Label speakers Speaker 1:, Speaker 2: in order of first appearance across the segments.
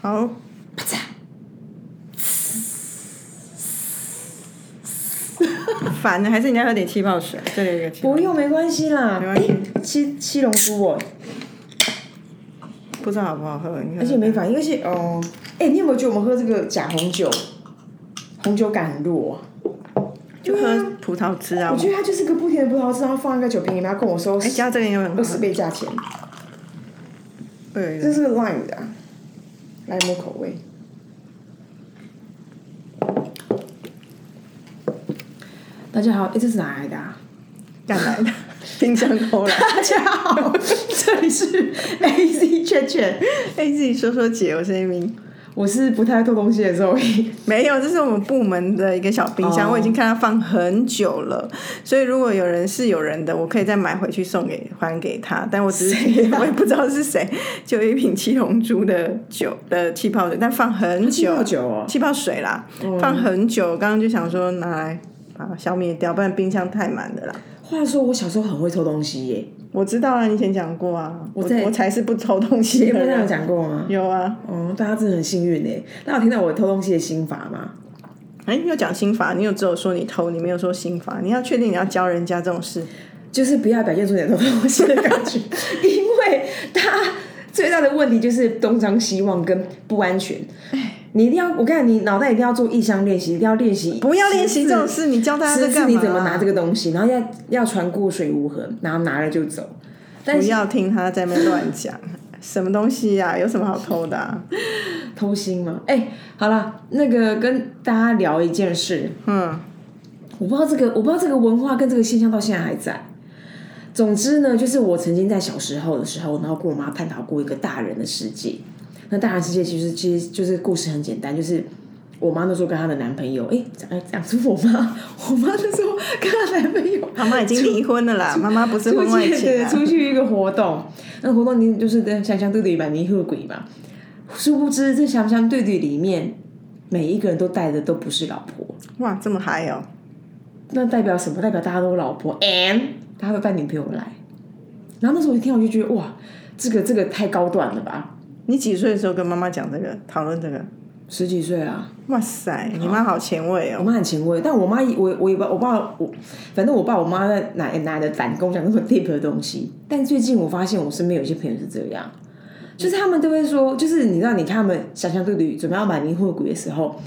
Speaker 1: 好，
Speaker 2: 啪嚓，
Speaker 1: 烦了，还是你要喝点气泡水，这里有一个气泡
Speaker 2: 不用没关系啦哎
Speaker 1: 没关系。嗯
Speaker 2: 七七龙珠哦，
Speaker 1: 不知道好不好喝，你喝
Speaker 2: 而且没反应，而且哦，哎、你有没有觉得我们喝这个假红酒，红酒感很弱、啊？
Speaker 1: 就喝葡萄汁啊
Speaker 2: 我。觉得它就是个不甜的葡萄汁，然后放一个酒瓶里面，他跟我收
Speaker 1: 哎，加这嗯个也很
Speaker 2: 二
Speaker 1: 好
Speaker 2: 十
Speaker 1: 喝，
Speaker 2: 倍价钱，
Speaker 1: 对
Speaker 2: 这是 lime 的、啊，莱姆口味。大家好，哎、这是哪来的、啊？
Speaker 1: 干来的，冰箱偷 来。
Speaker 2: 大家好，这里是 A Z 圈圈，
Speaker 1: 哎，自己说说姐，我是 Amy。
Speaker 2: 我是不太爱偷东西的 Zoe。
Speaker 1: 没有，这是我们部门的一个小冰箱
Speaker 2: 哦
Speaker 1: 我已经看它放很久了，所以如果有人是有人的，我可以再买回去送给还给他，但我只是、
Speaker 2: 谁啊
Speaker 1: 我也不知道是谁，就有一瓶七龙珠的酒的气泡水，但放很久，
Speaker 2: 泡酒哦，
Speaker 1: 气泡水啦，放很久，刚刚就想说拿来把它消灭掉，不然冰箱太满了啦。
Speaker 2: 话说我小时候很会偷东 西耶，
Speaker 1: 我知道啊，你以前讲过啊，我
Speaker 2: 我在
Speaker 1: 我才是不偷东西
Speaker 2: 前
Speaker 1: 的
Speaker 2: 面那有
Speaker 1: 人，
Speaker 2: 讲过吗？
Speaker 1: 有啊，
Speaker 2: 哦，大家真的很幸运哎。那有听到我偷东西的心法吗？
Speaker 1: 哎、你有讲心法，你有只有说你偷，你没有说心法，你要确定你要教人家这种事。
Speaker 2: 就是不要表现出你偷东西的感 觉，因为他最大的问题就是东张西望跟不安全。你一定要，我跟你讲，你脑袋一定要做意向练习，一定要练习，
Speaker 1: 不要练习这种事，你教大家
Speaker 2: 十
Speaker 1: 在
Speaker 2: 次
Speaker 1: 干嘛、
Speaker 2: 你怎么拿这个东西，然后要要穿过水无痕，然后拿了就走。但
Speaker 1: 不
Speaker 2: 是
Speaker 1: 要听他在那边乱讲，什么东西呀、有什么好偷的、啊？
Speaker 2: 偷心嘛，哎、好了，那个跟大家聊一件事，
Speaker 1: 嗯，
Speaker 2: 我不知道这个，我不知道这个文化跟这个现象到现在还在。总之呢，就是我曾经在小时候的时候，然后跟我妈探讨过一个大人的世界。那大人世界其实其实就是故事很简单，就是我妈那时候跟她的男朋友，哎、讲讲出我妈， 我妈那时候跟她男朋友
Speaker 1: 妈妈已经离婚了 啦，妈妈不是
Speaker 2: 出
Speaker 1: 婚外
Speaker 2: 去
Speaker 1: 情
Speaker 2: 对
Speaker 1: 啊。
Speaker 2: 出去一个活动，那活动你就是在香香对对吧，你喝鬼嘛。殊不知这香香对对里面，每一个人都带的都不是老婆，
Speaker 1: 哇，这么嗨哦！
Speaker 2: 那代表什么？代表大家都有老婆，and 大家都带女朋友来。然后那时候我一听，我就觉得哇，这个这个太高端了吧！
Speaker 1: 你几岁的时候跟妈妈讲这个，讨论这个？
Speaker 2: 十几岁啊，
Speaker 1: 哇塞，你妈好前卫
Speaker 2: 我
Speaker 1: 哦！
Speaker 2: 妈很前卫，但我妈我我也不我爸我，反正我爸我妈在奶奶的胆跟我讲那么 deep 的东西。但最近我发现我身边有一些朋友是这样，就是他们都会说，就是你知道，你看他们想象对对准备要买离婚股的时候，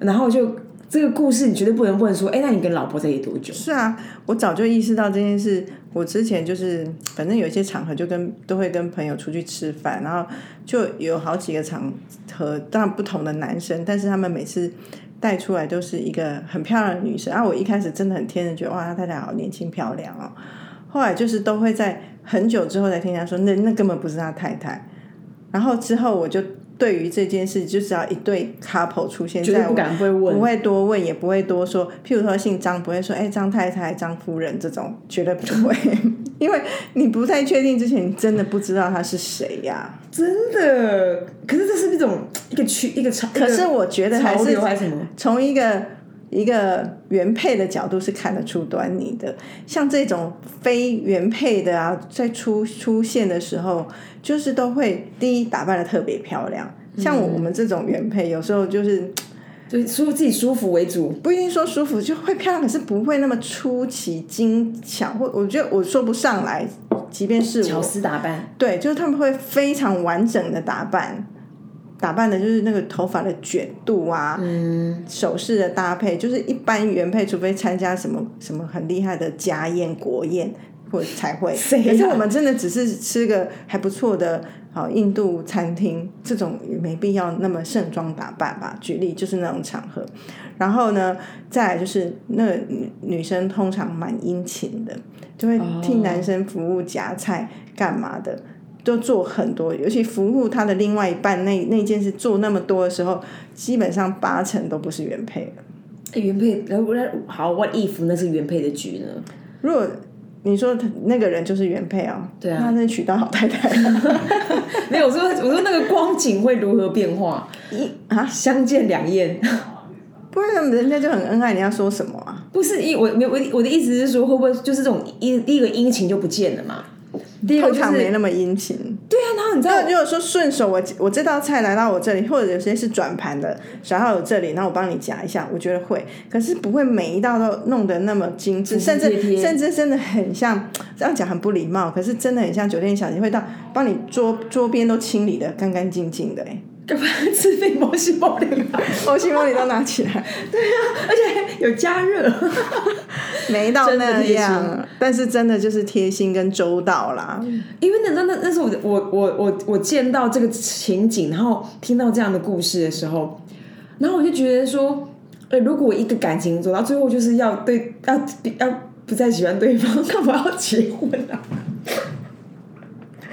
Speaker 2: 然后就这个故事你绝对不能问说，哎、那你跟老婆在一起多久？
Speaker 1: 是啊，我早就意识到这件事。我之前就是，反正有一些场合就跟都会跟朋友出去吃饭，然后就有好几个场合，当然不同的男生，但是他们每次带出来都是一个很漂亮的女生。啊，我一开始真的很天真，觉得哇，她太太好年轻漂亮哦。后来就是都会在很久之后才听人家说，那那根本不是他太太。然后之后我就对于这件事，就只要一对 couple 出现
Speaker 2: 绝
Speaker 1: 在
Speaker 2: 对
Speaker 1: 我
Speaker 2: 不 敢被问
Speaker 1: 不。会多问，也不会多说。譬如说姓张，不会说哎张太太、张夫人这种，绝对不 会，因为你不太确定之前，你真的不知道他是谁呀、
Speaker 2: 真的，可是这是一种一个区一个潮，
Speaker 1: 可是我觉
Speaker 2: 一个
Speaker 1: 得还
Speaker 2: 潮
Speaker 1: 是
Speaker 2: 流还是什么？
Speaker 1: 从一个一个原配的角度是看得出端倪的。像这种非原配的啊，在出出现的时候，就是都会第一打扮的特别漂亮。像我我们这种原配，有时候就是
Speaker 2: 就是舒自己舒服为主。
Speaker 1: 不一定说舒服就会漂亮，可是不会那么出奇精巧，或我觉得我说不上来，即便是
Speaker 2: 乔
Speaker 1: 我，
Speaker 2: 斯打扮，
Speaker 1: 对，就是他们会非常完整的打扮，打扮的就是那个头发的卷度啊，
Speaker 2: 嗯，
Speaker 1: 首饰的搭配，就是一般原配，除非参加什么什么很厉害的家宴、国宴，或才会。
Speaker 2: 谁啊
Speaker 1: 可是我们真的只是吃个还不错的好印度餐厅，这种也没必要那么盛装打扮吧。举例就是那种场合，然后呢，再来就是那个女女生通常蛮殷勤的，就会
Speaker 2: 哦
Speaker 1: 替男生服务夹菜干嘛的。都做很多，尤其服务他的另外一半那那件事做那么多的时候，基本上八成都不是原配了。
Speaker 2: 哎原配，然后好，what if 那是原配的局呢？
Speaker 1: 如果你说他那个人就是原配哦，
Speaker 2: 对啊
Speaker 1: 那真的娶到好太太了。
Speaker 2: 没有，我说我说那个光景会如何变化？
Speaker 1: 一啊，
Speaker 2: 相见两厌，
Speaker 1: 不然人家就很恩爱，你要说什么啊？
Speaker 2: 不是一我没有我的我的意思是说，会不会就是这种一第一个殷勤就不见了嘛？第一个
Speaker 1: 通
Speaker 2: 就
Speaker 1: 常没
Speaker 2: 是
Speaker 1: 那么殷勤，
Speaker 2: 对啊，然后啊，你知道
Speaker 1: 那如果说顺手我我这道菜来到我这里，或者有些是转盘的，然后有这里，那我帮你夹一下，我觉得会，可是不会每一道都弄得那么精致，甚
Speaker 2: 服服帖
Speaker 1: 至
Speaker 2: 帖
Speaker 1: 甚至真的很像这样讲很不礼貌，可是真的很像酒店小姐会到帮你桌桌边都清理的干干净净的、欸，
Speaker 2: 干嘛吃费摩西玻璃 吧？
Speaker 1: 欧西莫里都拿起 来，
Speaker 2: 啊而且还有加热。
Speaker 1: 没到
Speaker 2: 真的
Speaker 1: 那
Speaker 2: 贴心
Speaker 1: 样，但是真的就是贴心跟周到 啦。
Speaker 2: 因为那那那那是我我我我我见到这个情景，然后听到这样的故事的时候，然后我就觉得说，呃，如果一个感情走到最后就是要对要要不再喜欢对方，干嘛要结婚啊？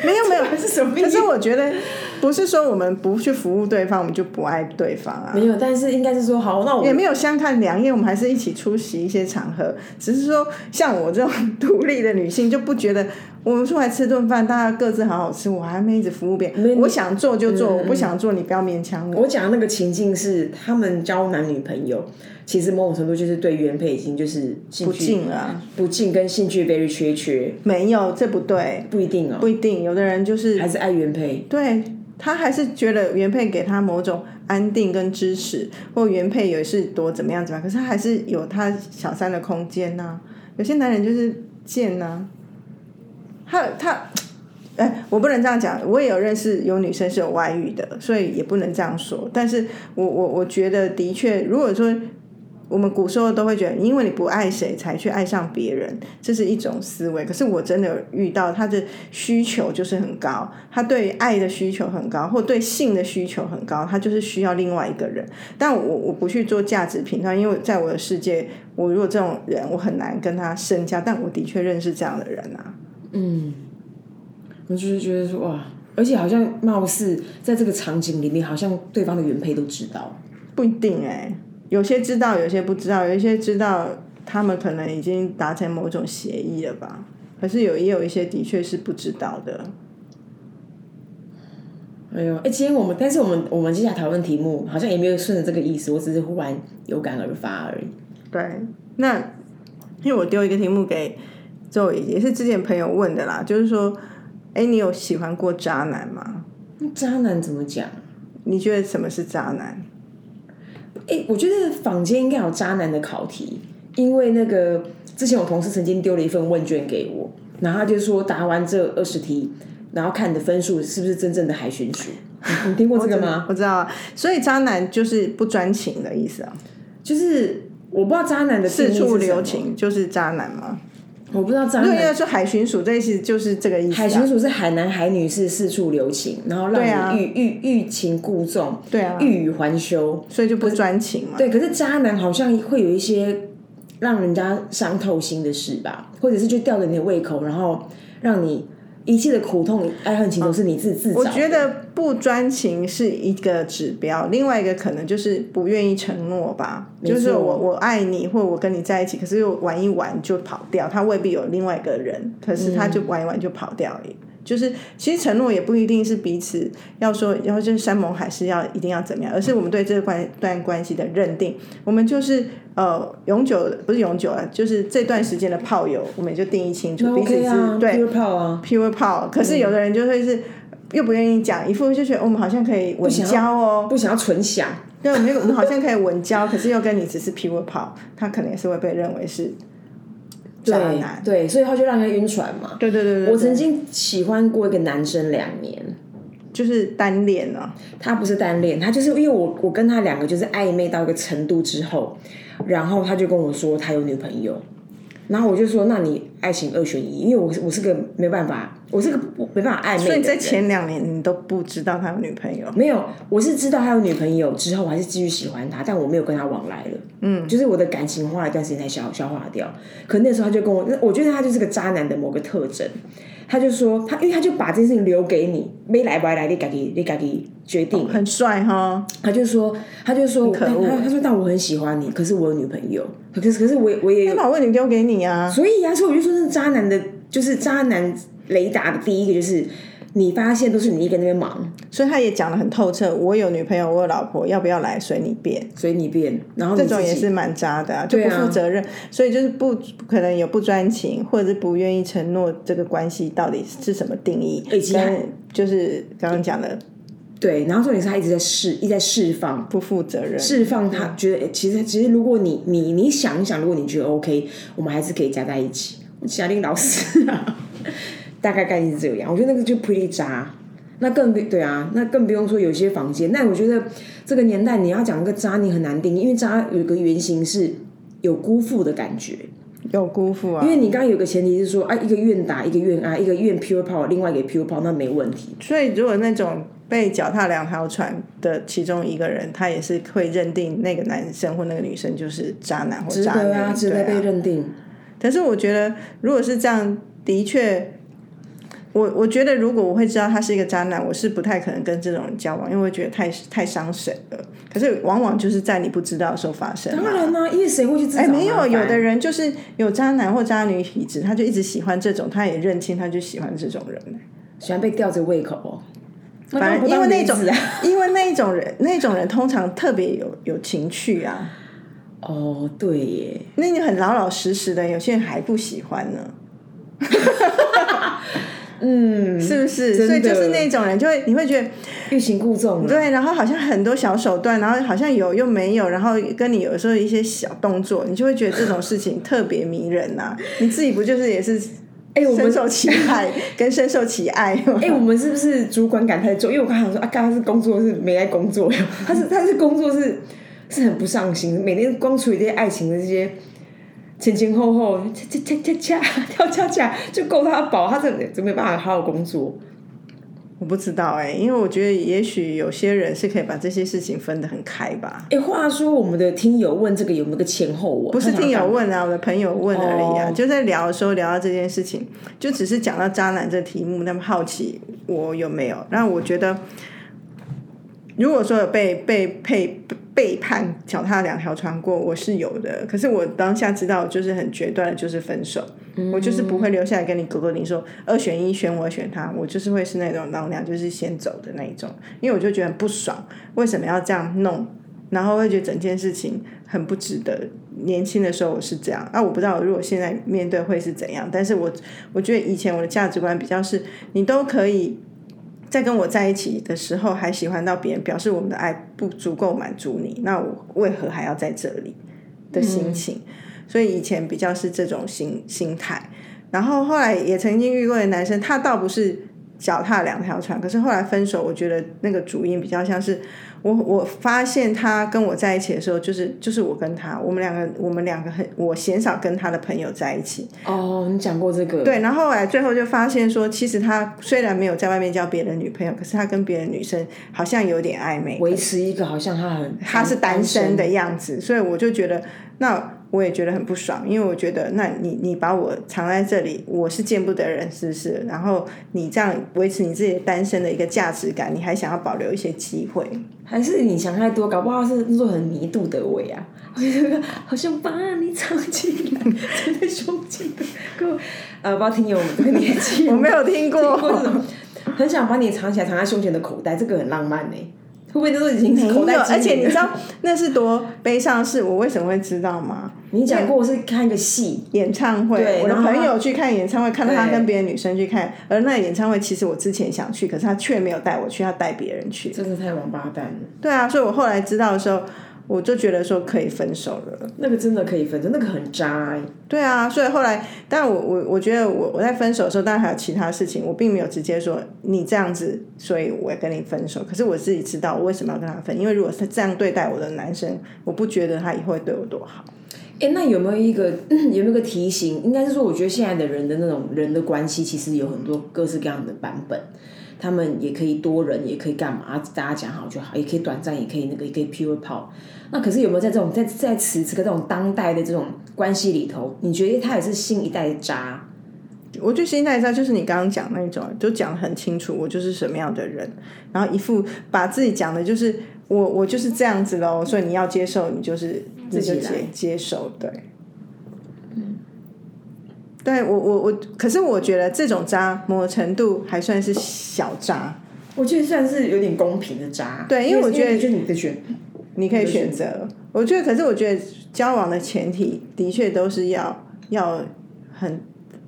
Speaker 1: 没有没有，
Speaker 2: 这是什么意
Speaker 1: 可
Speaker 2: 思
Speaker 1: 是？我觉得不是说我们不去服务对方，我们就不爱对方啊。
Speaker 2: 没有，但是应该是说好，那我
Speaker 1: 也没有相看两厌，我们还是一起出席一些场合。只是说，像我这种独立的女性，就不觉得我们出来吃顿饭，大家各自好好吃，我还没一直服务别
Speaker 2: 没嗯
Speaker 1: 人。我想做就做，我不想做你不要勉强我。
Speaker 2: 我讲的那个情境是，他们交男女朋友，其实某种程度就是对原配已经就是兴
Speaker 1: 不
Speaker 2: 趣
Speaker 1: 敬啊，
Speaker 2: 不敬跟兴趣 very 缺缺，
Speaker 1: 没有，这不对，
Speaker 2: 不一定哦，
Speaker 1: 不一定。有的人就是
Speaker 2: 还是爱原配。
Speaker 1: 对他还是觉得原配给他某种安定跟支持，或原配也是多怎么样怎么样，可是他还是有他小三的空间呐、有些男人就是贱呐、他他，哎、我不能这样讲，我也有认识有女生是有外遇的，所以也不能这样说。但是我我我觉得的确，如果说。我们古时候都会觉得，因为你不爱谁才去爱上别人，这是一种思维。可是我真的有遇到他的需求就是很高，他对爱的需求很高，或对性的需求很高，他就是需要另外一个人。但我我不去做价值评判，因为在我的世界，我如果这种人，我很难跟他深交。但我的确认识这样的人啊，
Speaker 2: 嗯，我就是觉得说哇，而且好像貌似在这个场景里面，好像对方的原配都知道。
Speaker 1: 不一定哎、有些知道，有些不知道，有一些知道，他们可能已经达成某种协议了吧。可是有也有一些的确是不知道的。
Speaker 2: 哎呦，哎、今天我们，但是我们我们接下来讨论题目，好像也没有顺着这个意思，我只是忽然有感而发而已。
Speaker 1: 对，那因为我丢一个题目给周怡，也是之前朋友问的啦，就是说，哎、你有喜欢过渣男吗？
Speaker 2: 那渣男怎么讲？
Speaker 1: 你觉得什么是渣男？
Speaker 2: 哎、我觉得坊间应该有渣男的考题，因为那个之前我同事曾经丢了一份问卷给我，然后他就说答完这二十题，然后看你的分数是不是真正的海巡署。你你听过这个吗？
Speaker 1: 我知道啊，所以渣男就是不专情的意思啊，
Speaker 2: 就是我不知道渣男的定义
Speaker 1: 四
Speaker 2: 是
Speaker 1: 处
Speaker 2: 什么
Speaker 1: 留，情就是渣男嘛。
Speaker 2: 我不知道渣
Speaker 1: 如果
Speaker 2: 男。
Speaker 1: 要说海巡署，这意思就是这个意思、
Speaker 2: 海
Speaker 1: 啊。
Speaker 2: 巡署是海男海女是四处留情，然后
Speaker 1: 对啊
Speaker 2: 让你欲欲欲擒故纵，
Speaker 1: 对啊，
Speaker 2: 欲语还休。
Speaker 1: 所以就不专情嘛。
Speaker 2: 对，可是渣男好像会有一些让人家伤透心的事吧，或者是就吊着你的胃口，然后让你一切的苦痛、爱恨情仇是你自自找
Speaker 1: 嗯我
Speaker 2: 的。
Speaker 1: 觉得不专情是一个指标，另外一个可能就是不愿意承诺吧，
Speaker 2: 没错
Speaker 1: 就是我我爱你，或我跟你在一起，可是又玩一玩就跑掉，他未必有另外一个人，可是他就玩一玩就跑掉而已。就是其实承诺也不一定是彼此要说，然后就是山盟海誓要一定要怎么样，而是我们对这关段关系的认定，我们就是呃永久不是永久啊，就是这段时间的炮友，我们就定义清楚
Speaker 2: 那
Speaker 1: 彼此
Speaker 2: OK
Speaker 1: 是、
Speaker 2: 啊，
Speaker 1: 对
Speaker 2: pure 炮啊，
Speaker 1: pure 炮，可是有
Speaker 2: 嗯
Speaker 1: 的人就会是又不愿意讲，一副就觉得哦我们好像可以稳交哦，
Speaker 2: 不啊想要纯享。
Speaker 1: 对，我们又我们好像可以稳交，可是又跟你只是 pure 炮，他可能也是会被认为是渣
Speaker 2: 对
Speaker 1: 男。
Speaker 2: 对，所以他就让人家晕船嘛。
Speaker 1: 对对对对，
Speaker 2: 我
Speaker 1: 对
Speaker 2: 曾经喜欢过一个男生两年，
Speaker 1: 就是单恋啊，
Speaker 2: 他不是单恋，他就是因为我我跟他两个就是暧昧到一个程度之后，然后他就跟我说他有女朋友，然后我就说那你爱情二选一，因为我是我是个没办法，我是个不没办法暧昧的
Speaker 1: 所以
Speaker 2: 人。
Speaker 1: 在前两年你都不知道他有女朋友，
Speaker 2: 没有，我是知道他有女朋友之后，我还是继续喜欢他，但我没有跟他往来了。嗯，就是我的感情花了一段时间才消消化掉。可那时候他就跟我，那我觉得他就是个渣男的某个特征。他就说他，因为他就把这件事情留给你，没来不来，你自己你自己决定。
Speaker 1: 很帅哈，
Speaker 2: 他就说，他就说，
Speaker 1: 可恶
Speaker 2: 但他他说，但我很喜欢你，可是我有女朋友，可是可是我也我也
Speaker 1: 他
Speaker 2: 有，
Speaker 1: 把问题丢给你啊，
Speaker 2: 所以啊，所以我就说，这是渣男的，就是渣男雷达的第一个就是你发现都是你一个人在那边忙，
Speaker 1: 所以他也讲的很透彻。我有女朋友，我有老婆，要不要来随你便。
Speaker 2: 随你便，然后你
Speaker 1: 这种
Speaker 2: 自
Speaker 1: 也
Speaker 2: 己
Speaker 1: 是蛮渣的啊，就不负责任，所以就是不可能有不专情，或者是不愿意承诺这个关系到底是什么定义，
Speaker 2: 以及还
Speaker 1: 跟就是刚刚讲的
Speaker 2: 对，然后重点是他一直在释，一直在释放，
Speaker 1: 不负责任。
Speaker 2: 释放他觉得诶其实其实如果你你你想一想，如果你觉得 OK，我们还是可以加在一起。贾玲老师啊，大概概念是这样，我觉得那个就 pretty 渣。那更不对啊，那更不用说有些房间。那我觉得这个年代你要讲一个渣，你很难定义，因为渣有一个原型是有辜负的感觉。
Speaker 1: 有辜负啊
Speaker 2: 因，为你刚刚有个前提是说，啊，一个愿打，一个愿挨，一个愿 pure power，另外一个 pure power，那没问题。
Speaker 1: 所以如果那种被脚踏两条船的其中一个人，他也是会认定那个男生或那个女生就是渣男或
Speaker 2: 值
Speaker 1: 渣女，
Speaker 2: 得啊，值得
Speaker 1: 对
Speaker 2: 被
Speaker 1: 啊。
Speaker 2: 认定。
Speaker 1: 但是我觉得，如果是这样，的确，我我觉得如果我会知道他是一个渣男，我是不太可能跟这种人交往，因为我觉得太太伤神了。可是往往就是在你不知道的时候发生、啊。
Speaker 2: 当然啦、因为谁会去自找
Speaker 1: 哎、没
Speaker 2: 麻
Speaker 1: 有，
Speaker 2: 烦啊
Speaker 1: 有的人就是有渣男或渣女体质，他就一直喜欢这种，他也认清他就喜欢这种人。
Speaker 2: 喜欢被吊着胃口哦。
Speaker 1: 反
Speaker 2: 那
Speaker 1: 正
Speaker 2: 不
Speaker 1: 因
Speaker 2: 当
Speaker 1: 为那
Speaker 2: 例
Speaker 1: 种
Speaker 2: 子啊，
Speaker 1: 因为那一种人，那种人通常特别有有情趣啊。
Speaker 2: 哦，对耶，
Speaker 1: 那你很老老实实的，有些人还不喜欢 呢。嗯，是不是？
Speaker 2: 真的
Speaker 1: 所以就是那种人，就会你会觉得
Speaker 2: 欲擒故纵啊。
Speaker 1: 对，然后好像很多小手段，然后好像有又没有，然后跟你有时候一些小动作，你就会觉得这种事情特别迷人呐、 你自己不就是也是
Speaker 2: 哎、我
Speaker 1: 深
Speaker 2: 们
Speaker 1: 受其害，跟深受其爱吗？
Speaker 2: 哎、我们是不是主管感太重？因为我刚想说啊，刚刚是工作是没在 工作，他是他是工作是是很不上心，每天光处理这些爱情的这些前前后后，恰恰恰恰恰 跳恰恰就够他饱，他真的就没办法好好工作。
Speaker 1: 我不知道哎、因为我觉得也许有些人是可以把这些事情分得很开吧。
Speaker 2: 哎、话说我们的听友问这个有没有个前后文？
Speaker 1: 不是
Speaker 2: 他想
Speaker 1: 听友
Speaker 2: 干嘛
Speaker 1: 问啊，我的朋友问而已啊，
Speaker 2: 哦
Speaker 1: 就在聊的时候聊到这件事情，就只是讲到渣男这题目，他们好奇我有没有。那我觉得，如果说有被被被背叛、脚踏两条船过，我是有的。可是我当下知道，就是很决断的，就是分手。我就是不会留下来跟你狗狗你说二选一，选我选他，我就是会是那种老娘就是先走的那一种，因为我就觉得很不爽，为什么要这样弄？然后会觉得整件事情很不值得。年轻的时候我是这样，啊，我不知道如果现在面对会是怎样，但是我我觉得以前我的价值观比较是，你都可以在跟我在一起的时候还喜欢到别人，表示我们的爱不足够满足你，那我为何还要在这里的心情？所以以前比较是这种心心态，然后后来也曾经遇过的男生，他倒不是脚踏两条船，可是后来分手，我觉得那个主因比较像是我我发现他跟我在一起的时候，就是就是我跟他，我们两个我们两个很我鲜少跟他的朋友在一起，
Speaker 2: 哦，你讲过这个，
Speaker 1: 对，然后后来最后就发现说，其实他虽然没有在外面交别的女朋友，可是他跟别的女生好像有点暧昧，
Speaker 2: 维持一个好像他很
Speaker 1: 他是单身的样子，所以我就觉得，那我也觉得很不爽，因为我觉得，那你你把我藏在这里，我是见不得人，是不是？然后你这样维持你自己的单身的一个价值感，你还想要保留一些机会，
Speaker 2: 还是你想太多，搞不好是那种很迷杜德伟啊，我觉得 好像把你藏起来，藏在胸前的各位呃，不知道听友我们这个年 纪
Speaker 1: 我
Speaker 2: 有
Speaker 1: 没有听
Speaker 2: 没有 听过这
Speaker 1: 过。
Speaker 2: 种很想把你藏起来，藏在胸前的口袋，这个很浪漫呢、会不会都已经
Speaker 1: 没
Speaker 2: 口袋
Speaker 1: 有，
Speaker 2: 精灵了
Speaker 1: 而且你知道那是多悲伤的事，我为什么会知道吗？
Speaker 2: 你讲过我是看一个戏，
Speaker 1: 演唱会，
Speaker 2: 对
Speaker 1: 我的
Speaker 2: 然后
Speaker 1: 朋
Speaker 2: 他
Speaker 1: 友去看演唱会，看到他
Speaker 2: 对
Speaker 1: 跟别的女生去看，而那演唱会其实我之前想去，可是他却没有带我去，他带别人去。
Speaker 2: 真的太王八蛋了，
Speaker 1: 对啊，所以我后来知道的时候，我就觉得说可以分手了。
Speaker 2: 那个真的可以分手，那个很渣、欸。
Speaker 1: 对啊，所以后来，但我我我觉得我我在分手的时候，当然还有其他事情，我并没有直接说你这样子，所以我要跟你分手。可是我自己知道我为什么要跟他分，因为如果是这样对待我的男生，我不觉得他以后会对我多好。
Speaker 2: 哎、那有没有一个 有没有一个提醒？应该是说，我觉得现在的人的那种人的关系，其实有很多各式各样的版本。他们也可以多人，也可以干嘛，啊大家讲好就好，也可以短暂，也可以那个，也可以 pure power。那可是有没有在这种在在此此刻这种当代的这种关系里头，你觉得他也是新一代的渣？
Speaker 1: 我觉得心态上就是你刚刚讲那种，就讲得很清楚，我就是什么样的人，然后一副把自己讲的就是我我就是这样子喽，所以你要接受，你就是你
Speaker 2: 自己
Speaker 1: 就
Speaker 2: 来
Speaker 1: 接接受，对，对我我我，可是我觉得这种渣某程度还算是小渣，
Speaker 2: 我觉得算是有点公平的渣。
Speaker 1: 对因为我觉得
Speaker 2: 就你的选，
Speaker 1: 你可以选择。我觉得，可是我觉得交往的前提的确都是要要很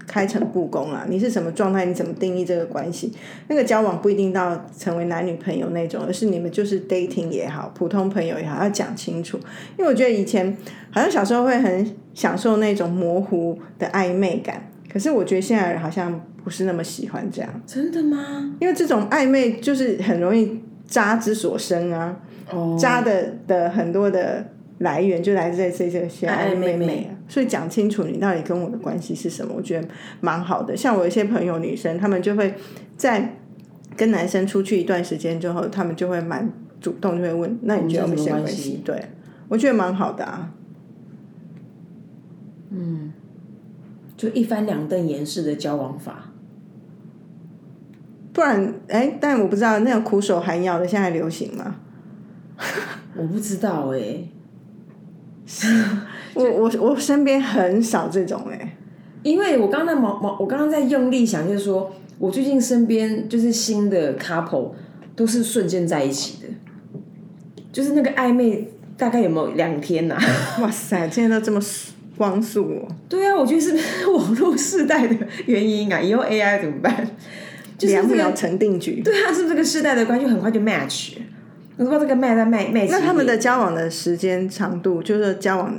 Speaker 1: 开诚布公啦。你是什么状态，你怎么定义这个关系？那个交往不一定到成为男女朋友那种，而是你们就是 dating 也好，普通朋友也好，要讲清楚。因为我觉得以前好像小时候会很享受那种模糊的暧昧感，可是我觉得现在好像不是那么喜欢这样，
Speaker 2: 真的吗？
Speaker 1: 因为这种暧昧就是很容易渣之所生啊。
Speaker 2: 哦，
Speaker 1: 渣的的很多的来源就来自这这些
Speaker 2: 暧
Speaker 1: 暧
Speaker 2: 昧
Speaker 1: 昧
Speaker 2: 妹
Speaker 1: 妹啊，所以讲清楚你到底跟我的关系是什么，我觉得蛮好的。像我一些朋友女生，她们就会在跟男生出去一段时间之后，她们就会蛮主动，就会问：“那你觉得我们现在关
Speaker 2: 嗯
Speaker 1: 系？”对，我觉得蛮好的啊。
Speaker 2: 就一翻两瞪眼式的交往法。
Speaker 1: 不然，哎，但我不知道那个苦手寒药的现在还流 行吗？
Speaker 2: 我不知道哎、
Speaker 1: 我我我身边很少这种 哎、
Speaker 2: 因为我刚刚在毛毛，我刚刚在用力想，就是说我最近身边就是新的 couple 都是瞬间在一起的，就是那个暧昧大概有没有两天呐、
Speaker 1: 哇塞，现在都这么光速哦、
Speaker 2: 对啊，我觉得是不是 网络世代的原因啊，以后 AI 怎么办？就是
Speaker 1: 两
Speaker 2: 这
Speaker 1: 秒
Speaker 2: 个
Speaker 1: 成定局。
Speaker 2: 对啊，是不是这个世代的关系很快就 match？我不知道这个 match 在 match match
Speaker 1: 那他
Speaker 2: 几
Speaker 1: 们
Speaker 2: 点
Speaker 1: 的交往的时间长度，就是说交往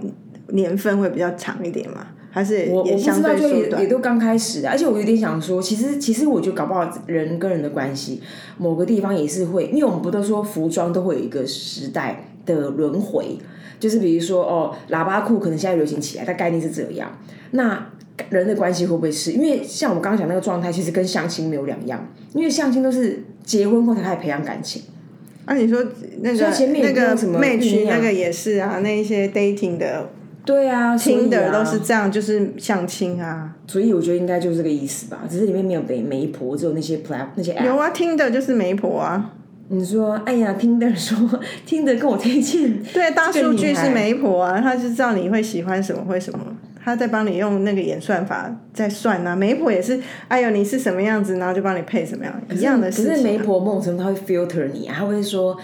Speaker 1: 年份会比较长一点嘛？还是
Speaker 2: 我我
Speaker 1: 也
Speaker 2: 不知
Speaker 1: 相
Speaker 2: 道，
Speaker 1: 对
Speaker 2: 就也
Speaker 1: 缩
Speaker 2: 也
Speaker 1: 短？
Speaker 2: 都刚开始啊，而且我有点想说，其实其实我觉得搞不好人跟人的关系，某个地方也是会，因为我们不都说服装都会有一个时代的轮回，就是比如说哦，喇叭裤可能现在流行起来，它概念是这样，那。人的关系会不会是因为像我刚刚讲那个状态，其实跟相亲没有两样，因为相亲都是结婚后才开始培养感情，
Speaker 1: 啊，你说那
Speaker 2: 所
Speaker 1: 个
Speaker 2: 以前面也
Speaker 1: 那
Speaker 2: 不用
Speaker 1: 个
Speaker 2: 什么
Speaker 1: match
Speaker 2: 酝酿
Speaker 1: 那个也是啊，那一些 dating 的
Speaker 2: 对啊，
Speaker 1: 听
Speaker 2: 所以
Speaker 1: 的
Speaker 2: 啊
Speaker 1: 都是这样，就是相亲啊。
Speaker 2: 所以我觉得应该就是这个意思吧，只是里面没有媒媒婆，只有那些 plat 那些 app。
Speaker 1: 有啊，听的就是媒婆啊，
Speaker 2: 你说，哎呀，听的说，听的跟我推荐，
Speaker 1: 对，啊大数据
Speaker 2: 这个
Speaker 1: 是
Speaker 2: 女孩
Speaker 1: 媒婆啊，他就知道你会喜欢什么，会什么。他在帮你用那个演算法在算啊，媒婆也是，哎呦你是什么样子，然后就帮你配什么样一样的
Speaker 2: 可
Speaker 1: 事情啊、
Speaker 2: 是媒婆某种程度她会 filter 你啊，她会说，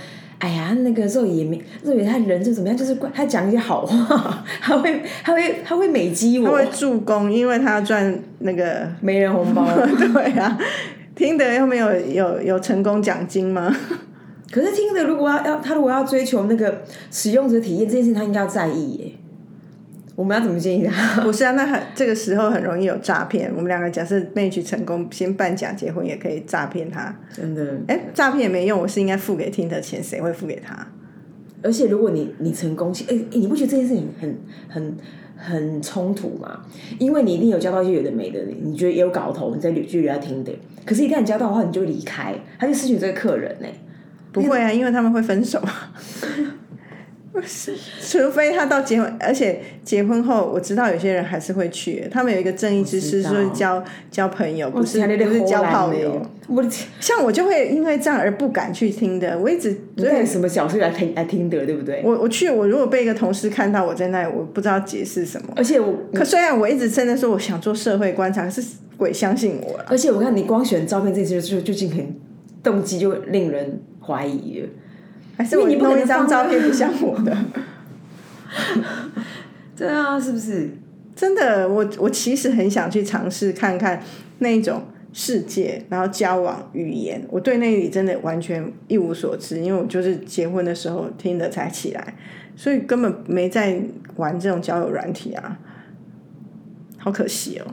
Speaker 2: 哎呀，那个肉也没肉也他人就怎么样，就是怪他讲一些好话， 他会他会他会美击
Speaker 1: 他
Speaker 2: 我
Speaker 1: 会，助攻，因为他要赚那个
Speaker 2: 没人红包。
Speaker 1: 对啊，听得后面有有有成功奖金吗？
Speaker 2: 可是听的如果要要他如果要追求那个使用者体验这件事情，他应该要在意耶。我们要怎么建议他？
Speaker 1: 不是啊，那很这个时候很容易有诈骗。我们两个假设 match 成功，先办假结婚也可以诈骗他。
Speaker 2: 真的，
Speaker 1: 哎，诈骗也没用，我是应该付给听的钱，谁会付给他？
Speaker 2: 而且如果你你成功，哎、哎你不觉得这件事情很很很冲突吗？因为你一定有交到一些有的没的，你觉得也有搞头，你在旅居留在听的。可是，一旦你交到的话，你就会离开，他就失去这个客人欸呢、
Speaker 1: 不会啊，因为他们会分手。啊 除非他到结婚，而且结婚后，我知道有些人还是会去，他们有一个正义之师，
Speaker 2: 我知道
Speaker 1: 说交交朋
Speaker 2: 哦
Speaker 1: 友，不是
Speaker 2: 还在那
Speaker 1: 不
Speaker 2: 边
Speaker 1: 是
Speaker 2: 胡
Speaker 1: 交
Speaker 2: 乱
Speaker 1: 炮
Speaker 2: 呢
Speaker 1: 友。
Speaker 2: 我的天，
Speaker 1: 像我就会因为这样而不敢去听的，我一直
Speaker 2: 你带什么角色来听来听的，对不对？
Speaker 1: 我我去，我如果被一个同事看到我在那里，我不知道解释什么。
Speaker 2: 而且我，
Speaker 1: 可虽然我一直真的说我想做社会观察，可是鬼相信我了。
Speaker 2: 而且我看你光选照片这件事，就就进很动机就令人怀疑了。
Speaker 1: 还是我
Speaker 2: 因为你不可能
Speaker 1: 弄一张照片不像我的，
Speaker 2: 对啊，是不是？
Speaker 1: 真的，我我其实很想去尝试看看那一种世界，然后交往语言，我对那里真的完全一无所知，因为我就是结婚的时候听的才起来，所以根本没在玩这种交友软体啊，好可惜哦。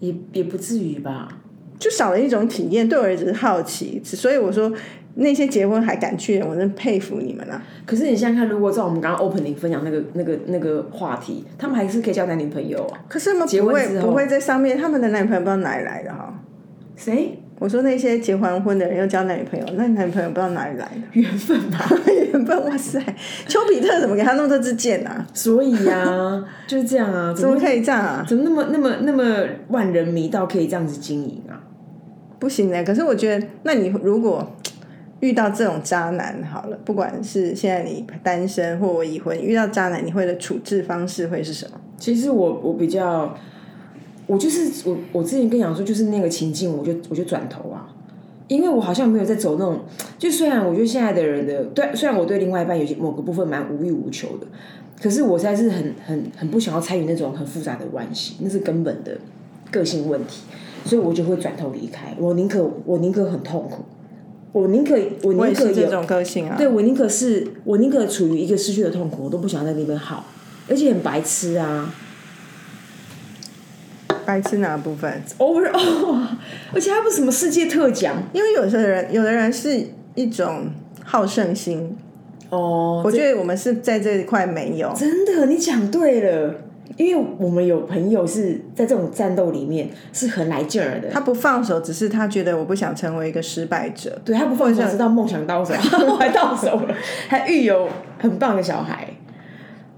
Speaker 2: 也也不至于吧。
Speaker 1: 就少了一种体验。对我而言只是好奇，所以我说那些结婚还敢去的人，我真佩服你们啊！
Speaker 2: 可是你想想看，如果照我们刚刚 opening 分享那个那个那个话题，他们还是可以交男女朋友啊。
Speaker 1: 可是他们
Speaker 2: 结
Speaker 1: 不
Speaker 2: 婚
Speaker 1: 会
Speaker 2: 之后
Speaker 1: 不会在上面，他们的男女朋友不知道哪里来的哈。
Speaker 2: 谁？
Speaker 1: 我说那些结完婚的人又交男女朋友，那你男女朋友不知道哪里来的
Speaker 2: 缘分吧。
Speaker 1: 缘分？哇塞，丘比特怎么给他弄这支箭啊？
Speaker 2: 所以啊，就是这样啊，
Speaker 1: 怎
Speaker 2: 怎
Speaker 1: 么
Speaker 2: 么
Speaker 1: 可以这样啊？
Speaker 2: 怎么那么那么那么万人迷到可以这样子经营啊？
Speaker 1: 不行嘞！可是我觉得，那你如果遇到这种渣男，好了，不管是现在你单身或我已婚，遇到渣男，你会的处置方式会是什么？
Speaker 2: 其实我我比较我就是我，我之前跟你讲说，就是那个情境，我就我就转头啊，因为我好像没有在走那种，就虽然我觉得现在的人的对，虽然我对另外一半有些某个部分蛮无欲无求的，可是我实在是很很很不想要参与那种很复杂的关系，那是根本的个性问题，所以我就会转头离开。我宁可我宁可很痛苦，我宁可
Speaker 1: 我
Speaker 2: 我宁
Speaker 1: 也
Speaker 2: 可
Speaker 1: 是
Speaker 2: 有
Speaker 1: 这种个性啊。
Speaker 2: 对我宁可是我宁可处于一个失去的痛苦，我都不想在那边耗，而且很白痴啊
Speaker 1: 白痴哪部分？
Speaker 2: 哦，overall，啊而且还不是什么世界特奖
Speaker 1: 因为有些人，有的人是一种好胜心，
Speaker 2: 哦。
Speaker 1: 我觉得我们是在这一块没有。
Speaker 2: 真的，你讲对了，因为我们有朋友是在这种战斗里面是很来劲儿的，
Speaker 1: 他不放手，只是他觉得我不想成为一个失败者。
Speaker 2: 对他不放手，知道梦想到手，我还到手了，还育有很棒的小孩。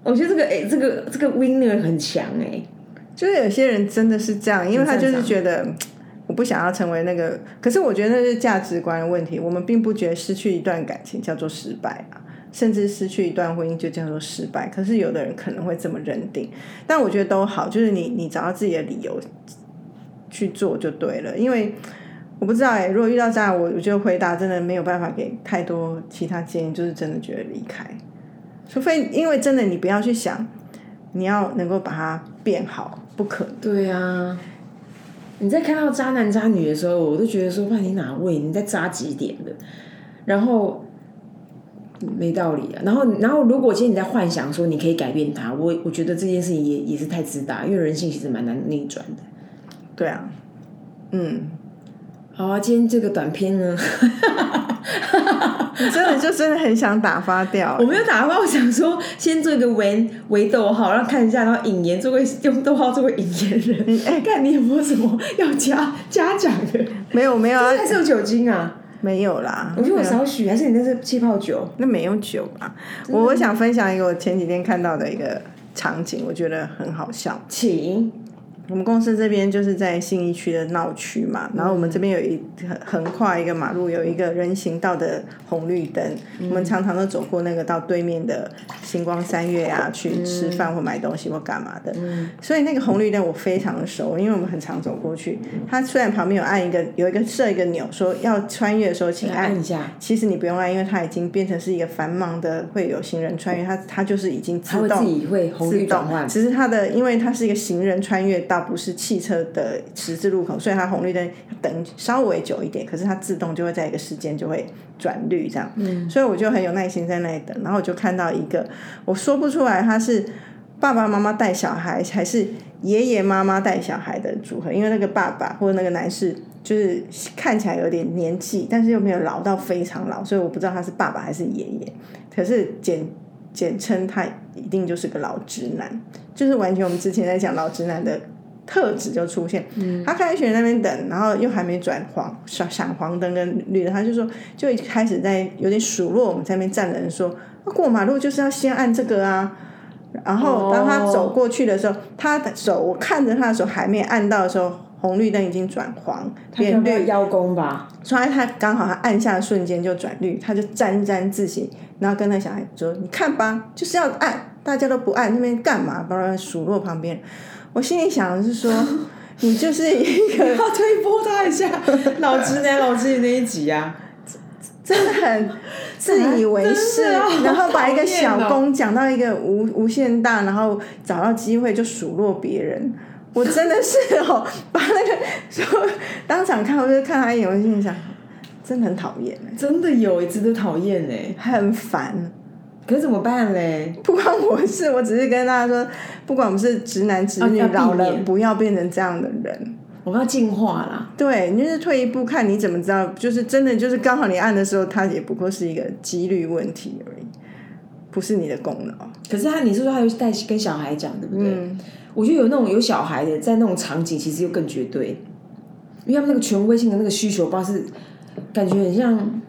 Speaker 2: 我觉得这个哎、这个这个 winner 很强哎、
Speaker 1: 就是有些人真的是这样，因为他就
Speaker 2: 很擅
Speaker 1: 是
Speaker 2: 长
Speaker 1: 觉得我不想要成为那个。可是我觉得那是价值观的问题，我们并不觉得失去一段感情叫做失败啊，甚至失去一段婚姻就叫做失败。可是有的人可能会这么认定，但我觉得都好，就是你你找到自己的理由去做就对了，因为。我不知道哎、如果遇到这样，我我觉得回答真的没有办法给太多其他建议，就是真的觉得离开，除非因为真的你不要去想，你要能够把它变好，不可能。
Speaker 2: 对啊，你在看到渣男渣女的时候，我都觉得说，哇，你哪位？你在渣几点的？然后没道理啊。然后，然后如果今天你在幻想说你可以改变他，我我觉得这件事情也也是太自大，因为人性其实蛮难逆转的。
Speaker 1: 对啊， 嗯，
Speaker 2: 好啊，今天这个短片呢，
Speaker 1: 你真的就真的很想打发掉
Speaker 2: 我。没有打算，我想说先做一个围围逗号，然后看一下，然后引言做个用逗号做个引言人，哎、看你有没有什么要加加奖的？
Speaker 1: 没有没有啊，
Speaker 2: 还是有酒精啊？
Speaker 1: 没有啦。
Speaker 2: 我觉得我
Speaker 1: 没有
Speaker 2: 少许，还是你那是气泡酒？
Speaker 1: 那没有酒吧。我我想分享一个我前几天看到的一个场景，我觉得很好笑。
Speaker 2: 请
Speaker 1: 我们公司这边就是在信义区的闹区嘛，然后我们这边有一横横跨一个马路，有一个人行道的红绿灯，我们常常都走过那个到对面的星光三月啊
Speaker 2: 嗯
Speaker 1: 去吃饭或买东西或干嘛的，所以那个红绿灯我非常的熟，因为我们很常走过去。
Speaker 2: 嗯
Speaker 1: 它虽然旁边有按一个有一个设一个钮，说要穿越的时候请按
Speaker 2: 按一下，
Speaker 1: 其实你不用按，因为它已经变成是一个繁忙的会有行人穿越，它它就是已经自
Speaker 2: 会自
Speaker 1: 动
Speaker 2: 己会红绿
Speaker 1: 自
Speaker 2: 转
Speaker 1: 动
Speaker 2: 换。
Speaker 1: 只是它的，因为它是一个行人穿越道，不是汽车的十字路口，所以它红绿灯要等稍微久一点，可是它自动就会在一个时间就会转绿这样。嗯，所以我就很有耐心在那里等，然后我就看到一个，我说不出来他是爸爸妈妈带小孩还是爷爷妈妈带小孩的组合，因为那个爸爸或者那个男士。就是看起来有点年纪，但是又没有老到非常老，所以我不知道他是爸爸还是爷爷。可是简简称他一定就是个老直男，就是完全我们之前在讲老直男的特质就出现。他开学那边等，然后又还没转黄闪闪黄灯跟绿灯，他就说就开始在有点数落我们在那边站的人说，啊过马路就是要先按这个啊。然后当他走过去的时候，他的手我看着他的手还没按到的时候，红绿灯已经转黄变绿，
Speaker 2: 邀功吧，
Speaker 1: 所以他刚好他按下的瞬间就转绿，他就沾沾自喜，然后跟那小孩说：“你看吧，就是要按，大家都不按，那边干嘛？”不然数落旁边。我心里想的是说， 你就是 一个
Speaker 2: 要推波他一 下，老直男老直女那一集啊，
Speaker 1: 真的很自以为是，
Speaker 2: 真的好
Speaker 1: 然后把一个
Speaker 2: 讨厌
Speaker 1: 小
Speaker 2: 哦
Speaker 1: 工讲到一个无无限大，然后找到机会就数落别人。我真的是哦， 把那个说当场看，我就看他一眼，我心里想，真的很讨厌，
Speaker 2: 真的有一直都讨厌哎，
Speaker 1: 很烦。
Speaker 2: 可是怎么办嘞？
Speaker 1: 不关我事，我只是跟大家说，不管我们是直男直女，
Speaker 2: 啊要避
Speaker 1: 老了
Speaker 2: 免
Speaker 1: 不要变成这样的人。
Speaker 2: 我们要进化啦，
Speaker 1: 对，你就是退一步看，你怎么知道？就是真的，就是刚好你按的时候，它也不过是一个几率问题而已，不是你的功劳。
Speaker 2: 可是他，你是说他有带跟小孩讲，对不对？
Speaker 1: 嗯
Speaker 2: 我觉得有那种有小孩的，在那种场景其实又更绝对，因为他们那个权威性的那个需求，不知道是感觉很像，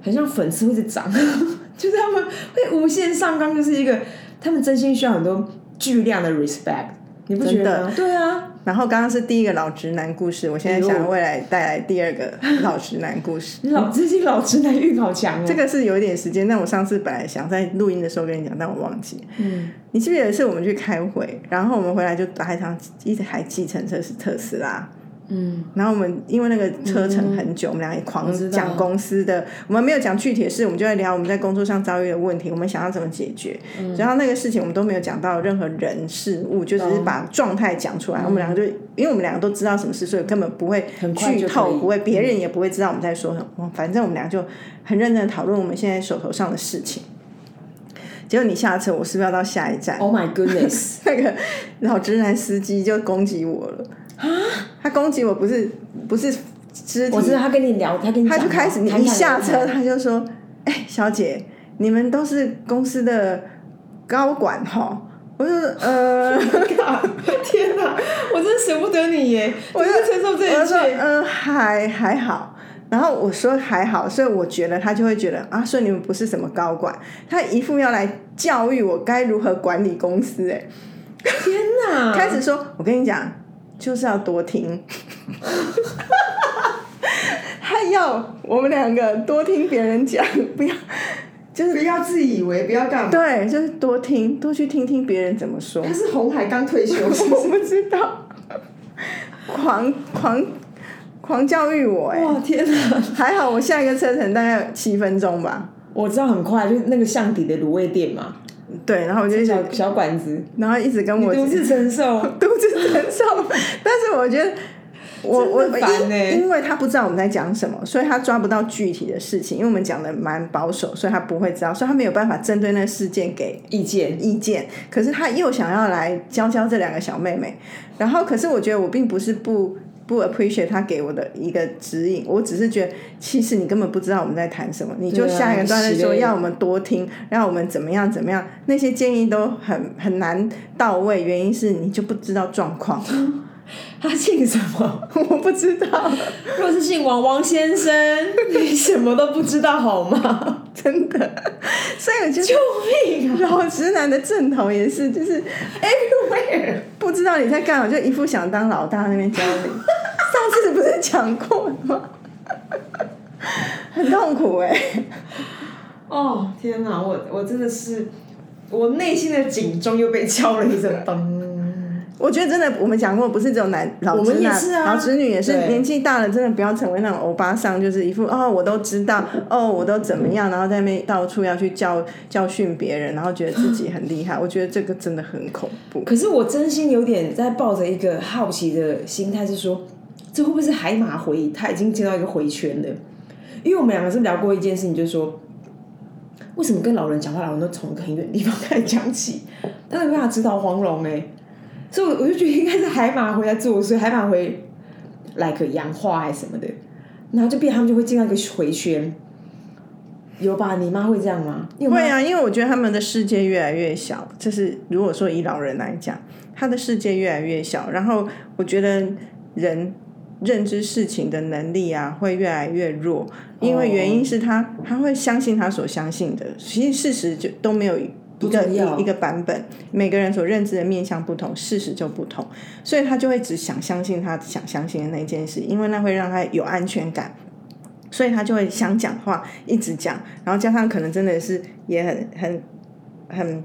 Speaker 2: 很像粉丝会在长， 就是他们会无限上纲，就是一个他们真心需要很多巨量的 respect，你不觉
Speaker 1: 真
Speaker 2: 得
Speaker 1: 的
Speaker 2: 吗？对啊，哎
Speaker 1: 然后刚刚是第一个老直男故事，我现在想未来带来第二个老直男故事。
Speaker 2: 你老最近老直男欲 好强哦。
Speaker 1: 这个是有一点时间，但我上次本来想在录音的时候跟你讲，但我忘记。
Speaker 2: 嗯，
Speaker 1: 你记不记得是我们去开会，然后我们回来就打一趟一台计程车是特斯拉，
Speaker 2: 嗯，
Speaker 1: 然后我们因为那个车程很久，我们俩也狂
Speaker 2: 我知道
Speaker 1: 讲公司的，我们没有讲具体的事，我们就在聊我们在工作上遭遇的问题，我们想要怎么解决。
Speaker 2: 嗯
Speaker 1: 然后那个事情我们都没有讲到任何人事物，就只
Speaker 2: 嗯
Speaker 1: 是把状态讲出来。我们两个就因为我们两个都知道什么事，所以根本不会
Speaker 2: 很快
Speaker 1: 剧
Speaker 2: 就可
Speaker 1: 透，
Speaker 2: 以嗯
Speaker 1: 不会别人也不会知道我们在说什么。反正我们俩就很认真的讨论我们现在手头上的事情。结果你下车，我是不是要到下一站？
Speaker 2: Oh my goodness！
Speaker 1: 那个老直男司机就攻击我了
Speaker 2: 啊
Speaker 1: 他攻击我不是不是肢体
Speaker 2: 我，知道他跟你聊，他跟你
Speaker 1: 他
Speaker 2: 讲
Speaker 1: 就开始你
Speaker 2: 侃
Speaker 1: 一
Speaker 2: 侃
Speaker 1: 下
Speaker 2: 而
Speaker 1: 车
Speaker 2: 谈
Speaker 1: 他就说：“哎、小姐，你们都是公司的高管哈。”我就说呃，
Speaker 2: 天哪，我真的舍不得你耶！我就承受这
Speaker 1: 我就
Speaker 2: 一
Speaker 1: 说
Speaker 2: 切。
Speaker 1: 嗯、还还好。然后我说还好，所以我觉得他就会觉得啊，所以你们不是什么高管，他一副要来教育我该如何管理公司、哎，
Speaker 2: 天哪！
Speaker 1: 开始说，我跟你讲，就是要多 听。他要我们两个多听别人讲，不要就是
Speaker 3: 不要自以为，不要干嘛。
Speaker 1: 对，就是多听，多去听听别人怎么说
Speaker 3: 他。是红海刚退 休，是不
Speaker 1: 我
Speaker 3: 是？
Speaker 1: 不知道，狂狂狂教育我
Speaker 3: 欸
Speaker 1: 哎、
Speaker 2: 哇，天哪！
Speaker 1: 还好我下一个车程大概有七分钟吧。
Speaker 2: 我知道很快，就是那个巷底的卤味店嘛，
Speaker 1: 对，然后我就一直，
Speaker 2: 小小馆子，
Speaker 1: 然后一直跟我
Speaker 2: 独自承受。
Speaker 1: 独自承受。但是我觉得我，我
Speaker 2: 真
Speaker 1: 我
Speaker 2: 的烦欸
Speaker 1: 因因为他不知道我们在讲什么，所以他抓不到具体的事情，因为我们讲的蛮保守，所以他不会知道，所以他没有办法针对那个事件给
Speaker 2: 意见，
Speaker 1: 意见。可是他又想要来教教这两个小妹妹，然后可是我觉得我并不是不。不 appreciate 他给我的一个指引，我只是觉得，其实你根本不知道我们在谈什么，你就
Speaker 2: 对啊
Speaker 1: 下一个段
Speaker 2: 你
Speaker 1: 落
Speaker 2: 洗了
Speaker 1: 说
Speaker 2: 一
Speaker 1: 要我们多听，让我们怎么样怎么样，那些建议都很很难到位，原因是你就不知道状况。
Speaker 2: 他姓什么？
Speaker 1: 我不知道，
Speaker 2: 若是姓王，王先 生，你什么都不知道好吗？
Speaker 1: 真的，所以我觉
Speaker 2: 救
Speaker 1: 得
Speaker 2: 命啊！
Speaker 1: 老直男的阵头也是，就是 everywhere，不知道你在干嘛，就一副想当老大那边教你。上次不是讲过了吗？ 很痛苦哎、
Speaker 2: 哦，
Speaker 3: 天哪，我我真的是，我内心的警钟又被敲了一声，噔。
Speaker 1: 我觉得真的，我们讲过，不是只有男老
Speaker 2: 我
Speaker 1: 直
Speaker 2: 们也
Speaker 1: 男，
Speaker 2: 是啊
Speaker 1: 老直女也是，
Speaker 2: 对
Speaker 1: 年纪大了真的不要成为那种欧巴桑，就是一副哦我都知道，哦我都怎么样，然后在那边到处要去教教训别人，然后觉得自己很厉害。我觉得这个真的很恐怖。
Speaker 2: 可是我真心有点在抱着一个好奇的心态，是说这会不会是海马回？他已经进到一个回圈了？因为我们两个是聊过一件事情，就是说为什么跟老人讲话，老人都从很远的地方开始讲起，他没办法指导黄龙哎、所以我就觉得应该是海马回来作祟，海马回 like 氧化还是什么的，然后就变他们就会进到一个回圈。有吧？你妈会这样吗？你有
Speaker 1: 会
Speaker 2: 妈
Speaker 1: 啊，因为我觉得他们的世界越来越小，就是如果说以老人来讲，他的世界越来越小，然后我觉得人认知事情的能力啊会越来越弱，因为原因是他他会相信他所相信的，其实事实就都没有一个
Speaker 2: 重要
Speaker 1: 一一个版本，每个人所认知的面向不同，事实就不同，所以他就会只想相信他想相信的那件事，因为那会让他有安全感。所以他就会想讲话，一直讲，然后加上可能真的是也很很很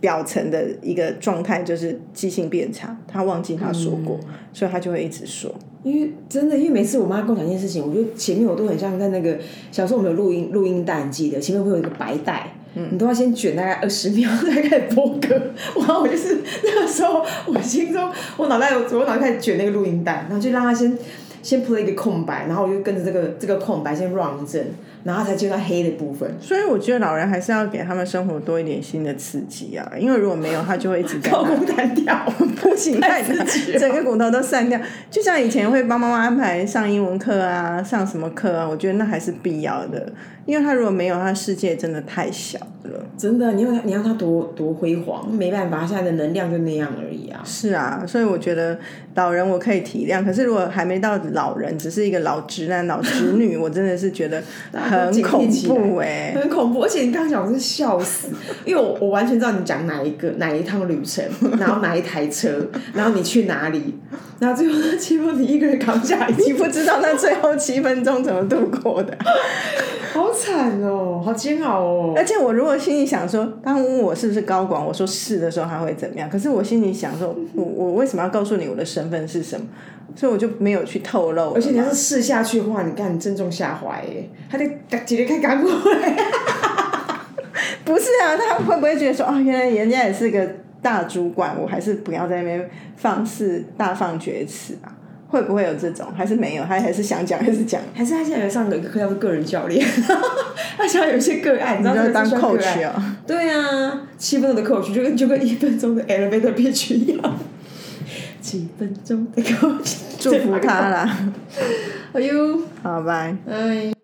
Speaker 1: 表层的一个状态，就是记性变差，他忘记他说
Speaker 2: 嗯
Speaker 1: 过，所以他就会一直说。
Speaker 2: 因为真的，因为每次我妈跟我讲一件事情，我就前面我都很像在那个小时候我们有录音录音带，你记得前面会有一个白带，
Speaker 1: 嗯
Speaker 2: 你都要先卷大概二十 秒才开始播歌。哇，我就是那个时候，我心中我脑袋有我脑袋开始卷那个录音带，然后就让它先先 play 一个空白，然后我就跟着这个这个空白先 run 一阵，然后才进入到黑的部分。
Speaker 1: 所以我觉得老人还是要给他们生活多一点新的刺激啊，因为如果没有，他就会一直在那
Speaker 2: 高空弹跳，
Speaker 1: 不行，太
Speaker 2: 太
Speaker 1: 难
Speaker 2: 刺激，了
Speaker 1: 整个骨头都散掉。就像以前会帮妈妈安排上英文课啊，上什么课啊，我觉得那还是必要的，因为他如果没有，他世界真的太小了。
Speaker 2: 真的，你要它你要它多多辉煌，没办法，现在的能量就那样而已啊。
Speaker 4: 啊。
Speaker 1: 是啊，所以我觉得老人我可以体谅，可是如果还没到老人，只是一个老直男、老直女，我真的是觉得很
Speaker 2: 警
Speaker 1: 恐
Speaker 2: 惕起来
Speaker 1: 怖 哎、
Speaker 2: 很恐怖，而且你刚刚讲我是笑死，因为我我完全知道你讲哪一个哪一趟旅程，然后哪一台车，然后你去哪里，然后最后呢，结果你一个人扛下来，
Speaker 1: 你不知道那最后七分钟怎么度过的。
Speaker 2: 好惨哦，好煎熬哦。
Speaker 1: 而且我如果心里想说，当问我是不是高管，我说是的时候，他会怎么样？可是我心里想说，我我为什么要告诉你我的身份是什么？所以我就没有去透露了嘛。
Speaker 2: 而且你要是试下去的话，你看你正中下怀耶，他得直接开干过来。
Speaker 1: 不是啊，他会不会觉得说，哦，原来人家也是个大主管，我还是不要在那边放肆大放厥词啊？会不会有这种？还是没有？他还是想讲，还是讲？
Speaker 2: 还是他现在有上个课叫做个人教练，他想要有一些个案，你知道
Speaker 1: 你
Speaker 2: 这
Speaker 1: 就
Speaker 2: 个
Speaker 1: 当
Speaker 2: 是算个
Speaker 1: coach
Speaker 2: 案
Speaker 1: 哦。
Speaker 2: 对啊，七分钟的 coach 就跟就跟一分钟的 elevator pitch 一样， 七分钟的 coach，
Speaker 1: 祝福他啦。
Speaker 2: 哎呦，
Speaker 1: 好，拜。
Speaker 2: 哎。